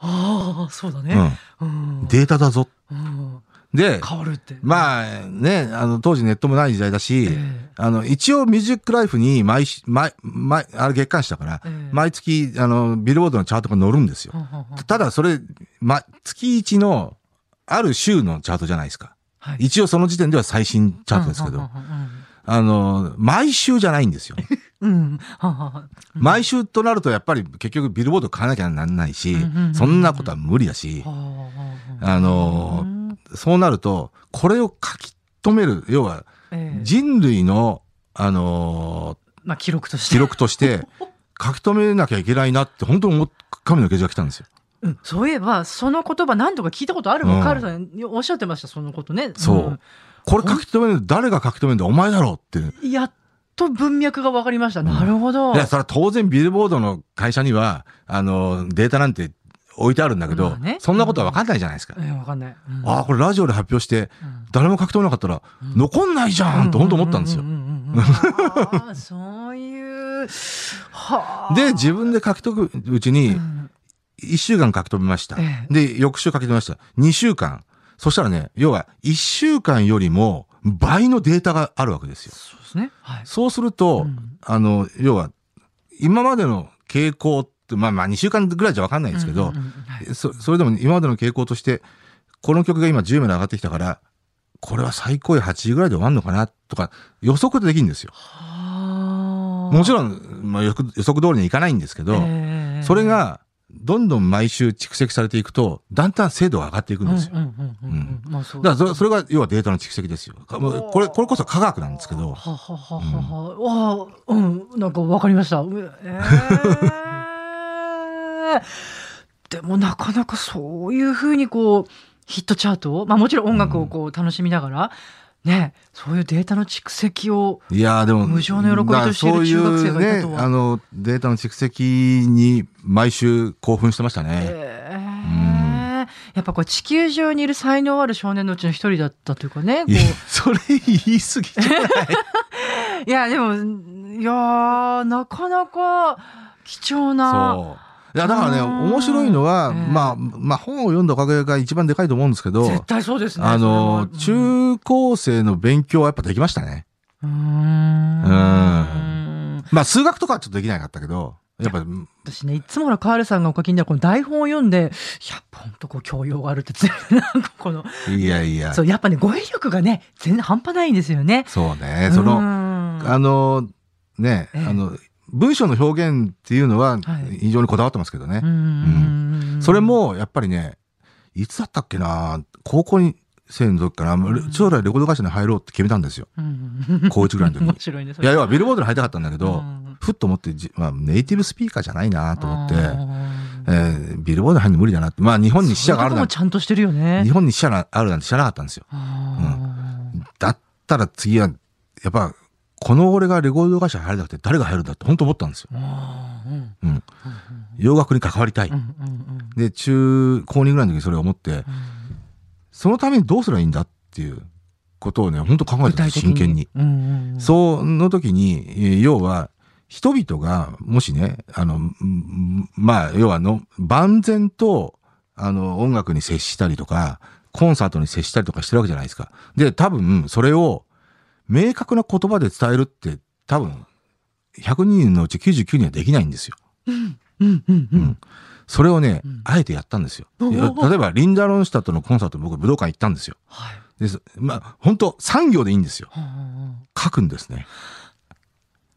S1: ああ、そうだね。うん。
S2: データだぞ。
S1: うん、
S2: で、
S1: 変わるって。
S2: まあね、あの当時ネットもない時代だし、
S1: ええ
S2: あの一応ミュージックライフに毎し、毎、毎、あれ月刊誌だから、
S1: ええ
S2: 毎月、あの、ビルボードのチャートが載るんですよ
S1: は。んはんはん
S2: ただそれ、ま、月1のある週のチャートじゃないですか。
S1: はい
S2: 一応その時点では最新チャートですけ
S1: うん
S2: ど、
S1: はんはんはん
S2: あの、毎週じゃないんですよ。
S1: うん。はんはんはん
S2: 毎週となるとやっぱり結局ビルボード買わなきゃなんないし
S1: うんうんうんうん、
S2: そんなことは無理だし、
S1: はあはあはあ
S2: あの、そうなると、これを書き留める、要は
S1: ええ
S2: 人類の、あの
S1: まあ、記録として
S2: 記録として書き留めなきゃいけないなって本当に思っ神の啓示が来たんですよ。
S1: うん、そういえばその言葉何度か聞いたことあるわ、
S2: うん
S1: カールさんおっしゃってましたそのことね
S2: そう。これ書き留める、誰が書き留めるんだお前だろうって。
S1: うんやっと文脈が分かりました、
S2: ん
S1: なるほど
S2: いや、それは当然ビルボードの会社には、あの、データなんて置いてあるんだけど、
S1: まあね
S2: そんなことは分かんないじゃないですか。
S1: え分かんない、うん
S2: ああ、これラジオで発表して、
S1: うん
S2: 誰も書き留めなかったら、
S1: うん
S2: 残んないじゃんって本当思ったんですよ
S1: う。ううんうんうんあーそういうはあ
S2: で、自分で書き留めるうち
S1: う
S2: に、
S1: ん
S2: 1週間書き留めました
S1: え。
S2: で、翌週書き留めました。2週間。そしたらね、要は1週間よりも倍のデータがあるわけですよ。
S1: そうですねはい
S2: そうすると、
S1: うん
S2: あの、要は、今までの傾向って、まあまあ2週間ぐらいじゃわかんないですけど、
S1: うんうんうんはい
S2: そそれでも今までの傾向として、この曲が今10名で上がってきたから、これは最高位8位ぐらいで終わるのかなとか予測できるんですよ。
S1: はあ
S2: もちろん、まあ、予測予測通りにいかないんですけど、
S1: ええ
S2: それがどんどん毎週蓄積されていくと、だんだん精度が上がっていく
S1: うんんうん
S2: で
S1: う
S2: すよ。
S1: んうんうんまあそう
S2: だからそれそれが要はデータの蓄積ですよ。かもうこれ、これこそ科学なんですけど、
S1: ははははは、あーうん、なんかわかりました。うえー でもなかなかそういうふうにこうヒットチャートを、まあもちろん音楽をこう楽しみながら、ね、そういうデータの蓄積を、
S2: いやーでも、
S1: 無償の喜びとしている中学生がいたとは
S2: だからそういうね、あの、データの蓄積に毎週興奮してましたね。
S1: えーやっぱこう地球上にいる才能ある少年のうちの一人だったというかね、こう
S2: いやそれ言い過ぎじゃない
S1: いやでもいやーなかなか貴重な。
S2: そう。いや、だからね、
S1: うん
S2: 面白いのは、
S1: ええ
S2: まあ、まあ、本を読んだおかげが一番でかいと思うんですけど、
S1: 絶対そうですね。
S2: あの
S1: それはうん
S2: 中高生の勉強はやっぱできましたね。
S1: うーん。
S2: まあ数学とかはちょっとできなかったけど、やっぱ、うん
S1: 私ね、いつもほら、カールさんがお書きになるこの台本を読んで、いや、ほんとこう、教養があるって全然、なんかこの、
S2: いやいや、
S1: そう、やっぱね、語彙力がね、全然半端ないんですよね。
S2: そうね、その、
S1: の、
S2: あの、ね、
S1: ええ
S2: あの、文章の表現っていうのは
S1: はい
S2: 非常にこだわってますけどね
S1: う。ん
S2: それ、も、やっぱりね、いつだったっけな、高校生の時から
S1: うん、
S2: 将来レコード会社に入ろうって決めたんですよ。
S1: うん
S2: 高一ぐらいの時に
S1: 面。白い ね、そ
S2: いや、要はビルボードに入りたかったんだけ
S1: う
S2: ど、
S1: ん
S2: ふっと思ってじ、まあ、ネイティブスピーカーじゃないなと思って、え
S1: あー
S2: ービルボードに入るの無理だなって、まあ、日本に支社がある
S1: そうい
S2: な
S1: うんと
S2: て、
S1: こもちゃんとしてるよね。
S2: 日本に支社があるなんて知らなかったんですよ。
S1: あー
S2: だったら次は、やっぱ、この俺がレコード会社入れなくて誰が入るんだって本当思ったんですよ。
S1: あーうん
S2: うん。洋楽に関わりたい。
S1: うんうんうん
S2: で、中、高2ぐらいの時にそれを思って、そのためにどうすればいいんだっていうことをね、本当考えてたんです真剣に。。
S1: うんうんうん
S2: その時に、えー要は、人々が、もしね、あの、うんまあ、要はの、万全と、あの、音楽に接したりとか、コンサートに接したりとかしてるわけじゃないですか。で、多分、それを、明確な言葉で伝えるって、多分、100人のうち99人はできないんですよ。
S1: うんうんう
S2: うんんそれをね、
S1: うん
S2: あえてやったんですよ。
S1: おお
S2: いや例えば、リンダ・ロンシュタットのコンサート、僕、武道館行ったんですよ。
S1: はい
S2: です。まあ、本当産業でいいんですよ。
S1: うんうんうんっ
S2: 書くんですね。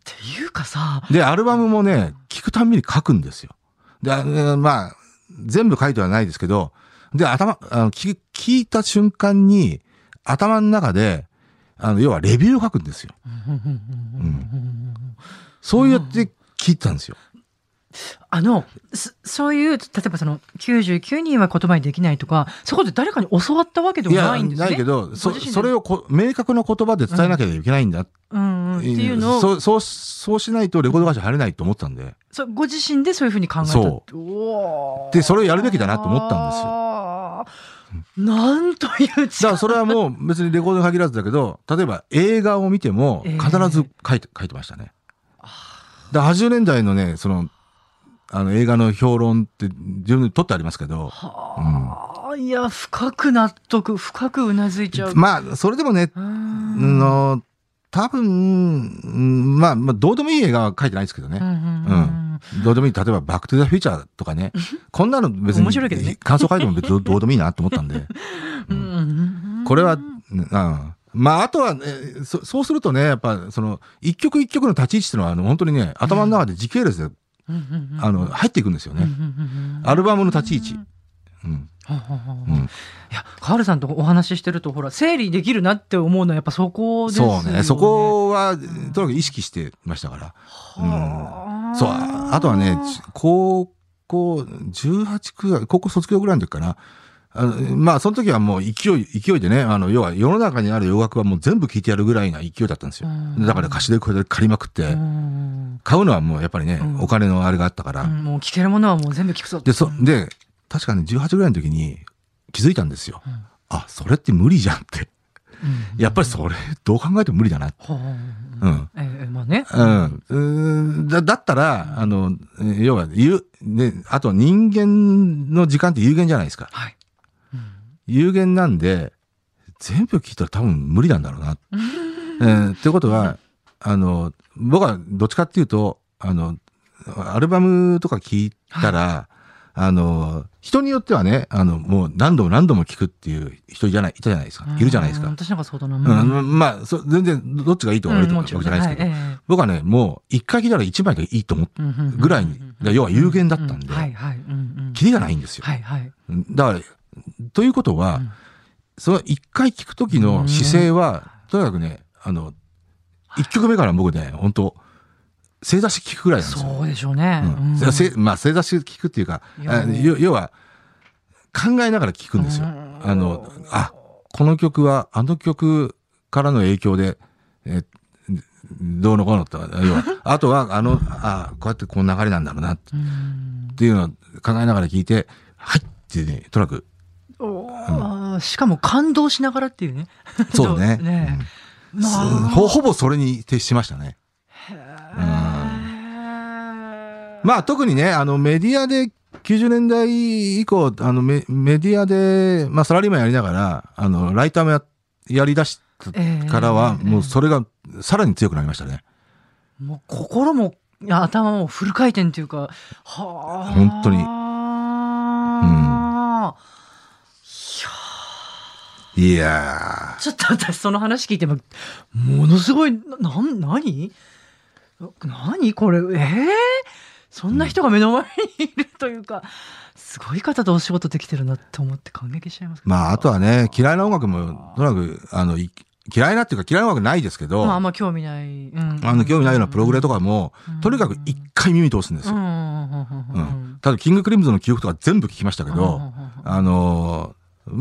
S1: ていうかさ、
S2: で、アルバムもね、聞くたんびに書くんですよ。で、あのまあ、全部書いてはないですけど、で、頭、あの聞聞いた瞬間に、頭の中で、あの、要はレビューを書くんですよ。
S1: うんうんうんうんうんうん
S2: そうやって聞いたんですよ。
S1: あのそそういう例えばその99人は言葉にできないとかそこで誰かに教わったわけでもないんですね。
S2: ないけど、そ
S1: ご自身で
S2: それをこ明確な言葉で伝えなきゃいけないんだっ
S1: うんうん、っていうのを
S2: そうそうそうしないとレコード会社入れないと思ったんで
S1: そうご自身でそういうふうに考えた
S2: そ
S1: おー
S2: でそれをやるべきだなと思ったんですよ
S1: あーなんという
S2: だからそれはもう別にレコードに限らずだけど例えば映画を見ても
S1: ええ
S2: 必ず書いて,、書いてましたね。だから80年代のねそのあの映画の評論って自分で取ってありますけど
S1: はあ、いや深く納得深くうなずいちゃう。
S2: まあそれでもね
S1: うーん
S2: の多分うんまあ、まあ、どうでもいい映画は書いてないですけどね。
S1: うんうんう
S2: うんどうでもいい。例えば、バックトゥザフューチャーとかね。こんなの別に。
S1: 面白いけどね
S2: 感想書いても別にどうでもいいなと思ったんで。
S1: うんうんうん
S2: これは、うん。まあ、あとは、ね、そそうするとね、やっぱ、その、一曲一曲の立ち位置っていうのは、あの、本当にね、頭の中で時系列で、
S1: うんうんうん
S2: あの、入っていくんですよ
S1: うんう
S2: ね。
S1: んうん
S2: アルバムの立ち位置。うん。
S1: ははは
S2: うん
S1: いやカールさんとお話ししてるとほら整理できるなって思うのはやっぱそこですよね。
S2: そうね。そこは、とにかく意識してましたから。
S1: はあ
S2: そう、ああとはね、ち高校、18くらい、高校卒業ぐらいの時かな。あのまあ、その時はもう勢い、勢いでね、あの、要は世の中にある洋楽はもう全部聴いてやるぐらいな勢いだったんですよ
S1: うん。
S2: だから貸しでこれで借りまくって
S1: う、ん
S2: 買うのはもうやっぱりね
S1: うん、
S2: お金のあれがあったか
S1: う
S2: ら。
S1: んもう聞けるものはもう全部聞くぞ。
S2: で、そ、で、確かね、18ぐらいの時に気づいたんですよ
S1: うん。
S2: あ、それって無理じゃんって。
S1: うん
S2: やっぱりそれ、どう考えても無理だな。
S1: は
S2: う
S1: あ
S2: ん。
S1: ええまあね。
S2: うんうん、だだったら、あの、要は、ゆ、ね、あと人間の時間って有限じゃないですか。
S1: はい。
S2: 有限なんで、全部聞いたら多分無理なんだろ うな。えーってことは、あの、僕はどっちかっていうと、あの、アルバムとか聞いたら、あの、人によってはね、あの、もう何度も何度も聞くっていう人じゃない、いたじゃないですか。いるじゃないです
S1: う
S2: か
S1: ん。私なんかそうだな。う
S2: うん
S1: ん、
S2: まあ、そ全然、どっちがいいとか悪いとか
S1: も
S2: わけ
S1: ち
S2: じ
S1: ろ
S2: ゃ
S1: ん
S2: ないですけど、
S1: はいえ
S2: 僕はね、もう一回聞いたら一枚でいいと思って、
S1: えうんうんうん
S2: ぐらいにだ要は有限だったんで
S1: うはいはい。うんうん
S2: キリがないんですよ。
S1: はいはい。
S2: だから、ということは、
S1: うん
S2: その一回聞くときの姿勢は、とにかくね、あの、一曲目から僕ね、本当正座して聞くぐらいなんですよ。
S1: そうでしょうね。
S2: う
S1: う
S2: ん
S1: ん
S2: せまあ、正座して聞くっていうか、
S1: いや
S2: あ要要は、考えながら聞くんですよ。
S1: うん
S2: あの、あ、この曲は、あの曲からの影響で、えどうのこうのと、要は、 あとは、あの、あこうやってこの流れなんだろうな、
S1: うん
S2: っていうのを考えながら聞いて、はいってね、とにかく。
S1: おーしかも感動しながらっていうね。
S2: そうね。
S1: ね
S2: うんほほぼそれに徹しましたね。まあ特にね、あのメディアで90年代以降、あのメメディアで、まあサラリーマンやりながら、あのライターもややりだしたからは、もうそれがさらに強くなりましたね。
S1: もう心も頭もフル回転というか、はあ。
S2: 本当にうん
S1: いや
S2: いや
S1: ーちょっと私その話聞いても、ものすごい、な、なん何何これ、えーそんな人が目の前にいるというか、すごい方とお仕事できてるなって思って感激しちゃいますけ
S2: ー
S1: ど
S2: まあ、あとはね、嫌いな音楽も、とにかく、あの、い嫌いなっていうか嫌いな音楽ないですけど、
S1: まあ、あん
S2: あ
S1: ま興味ない。うん
S2: の、興味ないようなプログレとかも、
S1: うん
S2: とにかく一回耳通すんです
S1: うんう
S2: よ。
S1: んうんうんう
S2: うんん。ただ、キングクリムズの記憶とか全部聞きましたけ
S1: うんうんう
S2: ど、
S1: んうん
S2: あのー、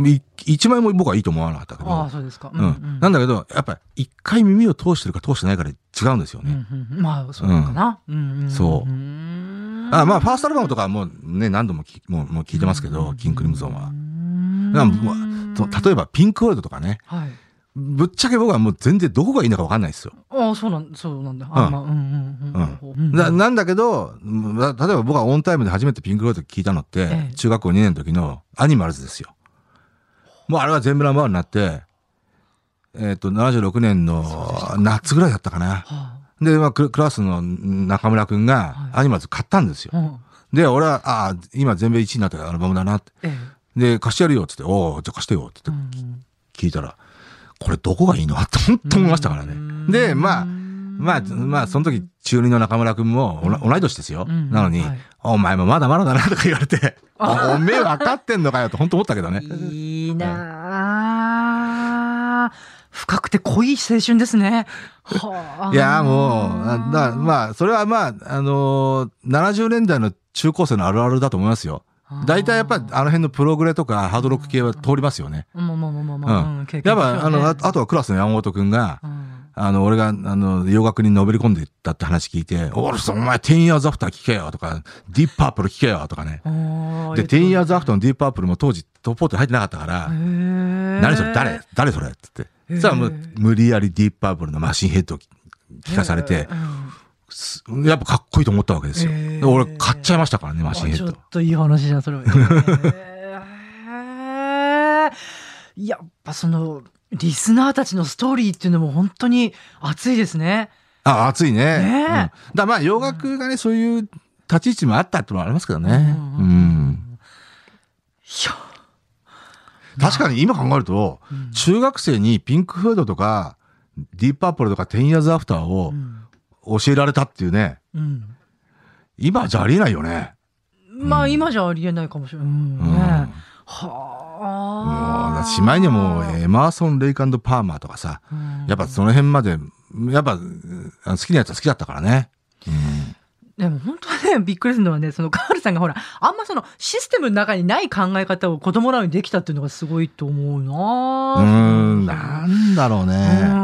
S2: い一枚も僕はいいと思わなかったけ
S1: ああ、
S2: ど、
S1: そうですか。
S2: うん。なんだけど、やっぱり一回耳を通してるか通してないかで違うんですよ
S1: う
S2: ね。
S1: んうんうんまあ、そうなのかな。うん
S2: そうあまあ、ファーストアルバムと
S1: か
S2: かはもうね、何度もきもうもう聞いてますけど、キングクリムゾンは。だからもと
S1: は。
S2: 例えば、ピンクワールドとかね、
S1: はい。
S2: ぶっちゃけ僕はもう全然どこがいいのか分かんないですよ。
S1: ああ、そうなん、そうなんだ。あ
S2: うん
S1: まあ、うんうんうんうん。
S2: ななんだけど、うんだ例えば僕はオンタイムで初めてピンクワールド聞いたのっ
S1: え
S2: て
S1: え、
S2: 中学校2年の時のアニマルズですよ。もうあれは全部ナンバーワンになって、えっ、と、76年
S1: そうでし
S2: の
S1: た
S2: 夏ぐらいだったかな。
S1: は
S2: で、まあ、ククラスの中村くん
S1: は
S2: が
S1: い
S2: アニマルズ買ったんですよ。
S1: あうん
S2: で、俺は、ああ、今全米1位になったアルバムだなって。
S1: ええ
S2: で、貸してやるよって言って、おお、じゃあ貸してよって
S1: う
S2: 言っ
S1: ん
S2: て聞いたら、これどこがいいのって本当思いましたから
S1: うん
S2: ね。で、まあ、まあ、
S1: うん
S2: まあ、その時、中二の中村くんもおな同い年ですよ。
S1: うん
S2: なのに、
S1: はい
S2: お前もまだまだだなとか言われて、おめえ分かってんのかよって本当思ったけどね。
S1: いいなあ深くて濃い青春ですね。はあ
S2: いやー、もう、あだからまあ、それはまあ、あのー70年代の中高生のあるあるだと思いますよ。大体やっぱりあの辺のプログレとかハードロック系は通りますよね。
S1: もうもうもうもうもう
S2: うん
S1: うん経験
S2: やっ
S1: でしょ
S2: ぱ、あ
S1: うね
S2: の、ああとはクラスの山本くんが、
S1: うん
S2: あの、俺が、あの、洋楽にのめり込んでいったって話聞いて、おるさ、お前、テンヤーズアフター聞けよとか、ディープパープル聞けよとかね。
S1: あ
S2: で、テンヤーズアフ
S1: タ
S2: ターのディープパープルも当時トップ4って入ってなかったから、何それ誰誰それって言って。
S1: へー
S2: そしたらもう、無理やりディープパープルのマシンヘッドを聞かされて、すやっぱかっこいいと思ったわけですよ。
S1: へー
S2: で俺、買っちゃいましたからね、マシンヘ
S1: ち
S2: ッ
S1: ょっ
S2: ド。
S1: といい話じゃんそれは、へーやっぱそのリスナーたちのストーリーっていうのも本当に熱いですね
S2: あ、熱いね。
S1: ねえ
S2: うん、だからまあ、洋楽がね、そういう立ち位置もあったってのもありますけどね。
S1: うん
S2: う
S1: うん
S2: ん
S1: いや
S2: 確かに今考えると、
S1: うん
S2: 中学生にピンクフードとか、ディープアップルとか、テンヤーズアフターを
S1: うん
S2: 教えられたっていうね、
S1: うん
S2: 今じゃありえないよね。
S1: まあ今じゃありえないかもしれない、うん
S2: うん。
S1: ねは
S2: もうだ
S1: あ
S2: しまいにはもう、エマーソン・レイカンド・パーマーとかさ、
S1: うん
S2: やっぱその辺まで、やっぱ、うん好きなやつは好きだったからね。
S1: でも本当はね、びっくりするのはね、そのカールさんがほら、あんまそのシステムの中にない考え方を子供らにできたっていうのがすごいと思う
S2: う
S1: な
S2: ー
S1: ぁ
S2: ん、なんだろう
S1: う
S2: ね。
S1: ー。
S2: う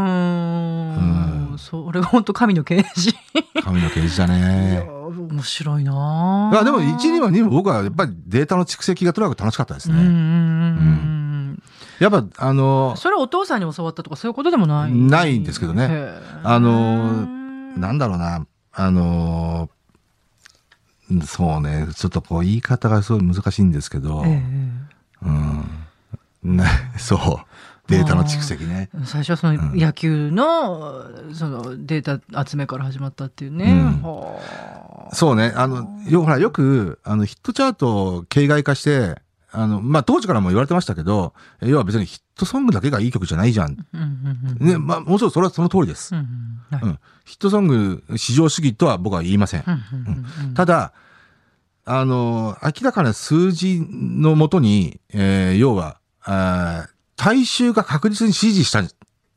S2: んん
S1: それが本当神の啓示。
S2: 髪の毛じだ
S1: いや
S2: ね。
S1: 面白いなぁ
S2: いやでも、1、2は2も僕はやっぱりデータの蓄積がとにかく楽しかったです
S1: うんうんう
S2: ね。
S1: ん
S2: やっぱ、あ
S1: う
S2: の
S1: ん。、それはお父さんに教わったとかそういうことでもない
S2: ないんですけどね
S1: へー
S2: あのなんだろうな、あのーうんそうね、ちょっとこう言い方がすごい難しいんですけど、
S1: ええ
S2: うん、なそう、データの蓄積ね。
S1: 最初はその
S2: うん
S1: 野球の,、そのデータ集めから始まったっていうね、
S2: うん
S1: はあ
S2: そうね、あの、よ、ほら、よく、あの、ヒットチャートを形骸化して、あの、まあ、当時からも言われてましたけど、要は別にヒットソングだけがいい曲じゃないじゃん。
S1: うんうんうん
S2: ね、まあ、もちろんそれはその通りです。
S1: うんうんはい
S2: うん。ヒットソング、至上主義とは僕は言いません。
S1: うんうんうんうん
S2: ただ、あの、明らかな数字のもとに、えー要は、あー大衆が確実に支持した、
S1: うん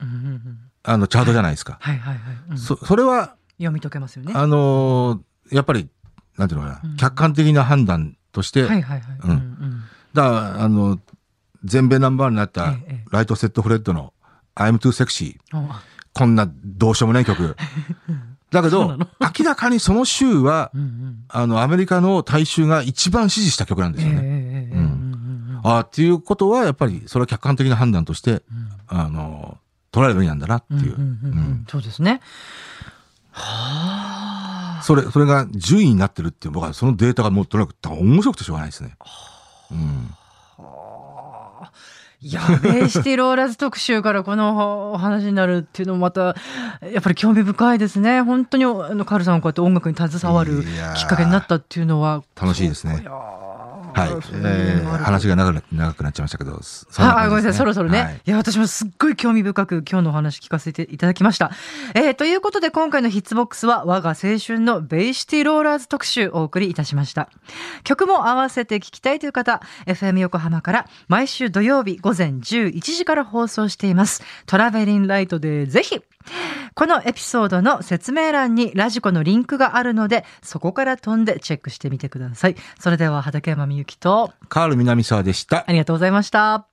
S1: うんうん
S2: あの、チャートじゃないですか。
S1: はいはいはい、うん
S2: そ、それは、
S1: 読み解けますよね。は
S2: あのーやっぱり、なんていうのか
S1: う
S2: な、
S1: ん
S2: 客観的な判断として、
S1: いはいはい。
S2: うんだから、あの、全米ナンバーワンになった
S1: ええ、
S2: ライトセットフレッドの、I'm too sexy。
S1: うん
S2: こんなどうしようもな い曲。だけ
S1: そうな
S2: ど
S1: の、
S2: 明らかにその週は
S1: うんう、ん
S2: あの、アメリカの大衆が一番支持した曲な
S1: え
S2: んで
S1: え
S2: す
S1: え
S2: よね。
S1: えええ
S2: う
S1: う
S2: ん
S1: ん
S2: ああ、っていうことは、やっぱり、それは客観的な判断として、あの、捉えるべきなんだなって
S1: うんうんうん
S2: いう。
S1: うんうんうん
S2: うん
S1: そうですね。はあ。
S2: それ、それが順位になってるっていう、僕はそのデータがもうとにかく面白くてしょうがないですね。うん。
S1: はあやべえシティローラーズ特集からこのお話になるっていうのもまたやっぱり興味深いですね本当にあのカールさんはこうやって音楽に携わる
S2: いやー
S1: きっかけになったっていうのは
S2: 楽しいですね
S1: そうかや
S2: はい
S1: ーそう、い
S2: え
S1: うの
S2: ー
S1: もある
S2: 話が長くな長くなっちゃいましたけど、そ
S1: あ、あ
S2: 感
S1: ごめん
S2: じ
S1: なさ
S2: で
S1: い、
S2: す
S1: そろそろね。
S2: はい
S1: い、や、私もすっごい興味深く今日のお話聞かせていただきました。えー、ということで今回のヒッツボックスは我が青春のベイシティローラーズ特集をお送りいたしました。曲も合わせて聞きたいという方、FM 横浜から毎週土曜日午前11時から放送しています。トラベリンライトでぜひこのエピソードの説明欄にラジコのリンクがあるので、そこから飛んでチェックしてみてください。それでは畠山みゆきと、
S2: カール南沢でした
S1: あ。りがとうございました。